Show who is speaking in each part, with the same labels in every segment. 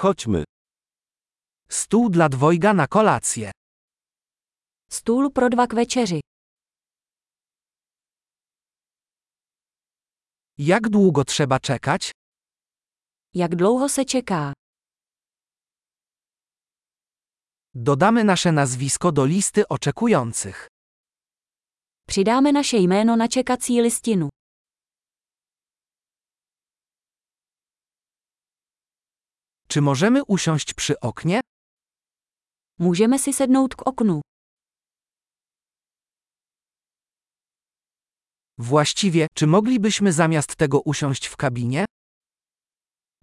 Speaker 1: Chodźmy. Stół dla dwojga na kolację.
Speaker 2: Stůl pro dva k večeři.
Speaker 1: Jak długo trzeba czekać?
Speaker 2: Jak dlouho se čeká?
Speaker 1: Dodamy nasze nazwisko do listy oczekujących.
Speaker 2: Přidáme naše jméno na čekací listinu.
Speaker 1: Czy możemy usiąść przy oknie?
Speaker 2: Můžeme si sednout k oknu.
Speaker 1: Właściwie, czy moglibyśmy zamiast tego usiąść w kabinie?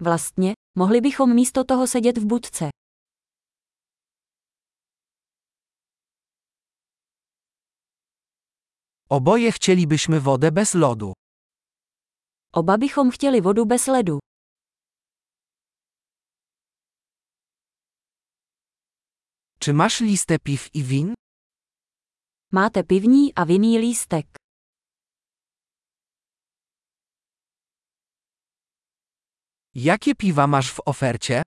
Speaker 2: Vlastně, mohli bychom místo toho sedět v budce.
Speaker 1: Oboje chcielibyśmy wodę bez lodu.
Speaker 2: Oba bychom chtěli vodu bez ledu.
Speaker 1: Czy masz listę piw i win?
Speaker 2: Máte pivní a vinný lístek.
Speaker 1: Jakie piwa masz w ofercie?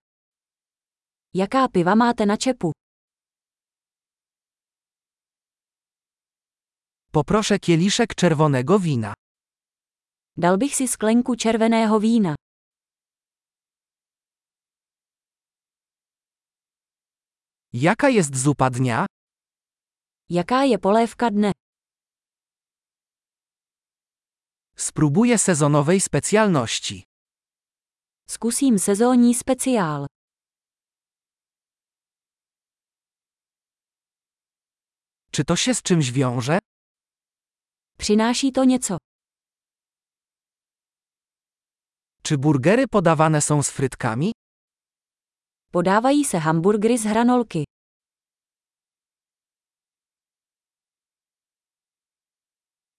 Speaker 2: Jaká piva máte na čepu?
Speaker 1: Poproszę kieliszek czerwonego wina.
Speaker 2: Dal bych si sklenku červeného vína.
Speaker 1: Jaka jest zupa dnia?
Speaker 2: Jaká je polévka dne?
Speaker 1: Spróbuję sezonowej specjalności.
Speaker 2: Zkusím sezónní speciál.
Speaker 1: Czy to się z czymś wiąże?
Speaker 2: Přináší to něco.
Speaker 1: Czy burgery podawane są z frytkami?
Speaker 2: Podávají se hamburgery z hranolky.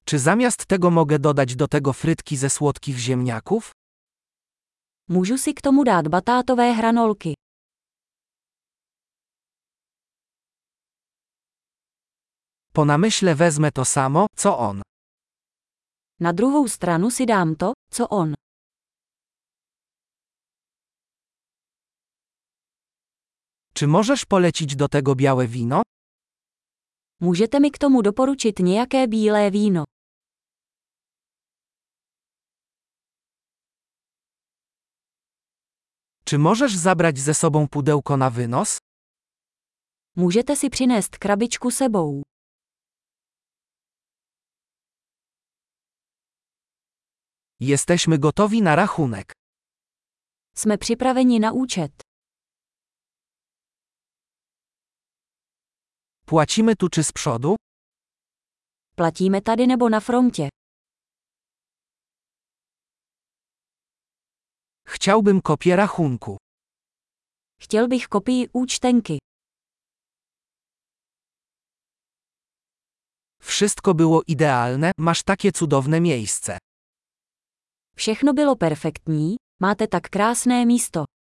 Speaker 1: Czy zamiast tego mogę dodać do tego frytki ze słodkich ziemniaków?
Speaker 2: Můžu si k tomu dát batátové hranolky.
Speaker 1: Po namyśle wezmę to samo, co on.
Speaker 2: Na druhou stranu si dám to, co on.
Speaker 1: Czy możesz polecić do tego białe wino?
Speaker 2: Můžete mi k tomu doporučit nějaké bílé víno.
Speaker 1: Czy możesz zabrać ze sobą pudełko na wynos?
Speaker 2: Můžete si přinést krabičku sebou.
Speaker 1: Jesteśmy gotowi na rachunek.
Speaker 2: Jsme připraveni na účet.
Speaker 1: Płacimy tu czy z przodu?
Speaker 2: Platíme tady nebo na frontě.
Speaker 1: Chciałbym kopię rachunku.
Speaker 2: Chtěl bych kopii účtenky.
Speaker 1: Wszystko było idealne, masz takie cudowne miejsce.
Speaker 2: Všechno bylo perfektní, máte tak krásné místo.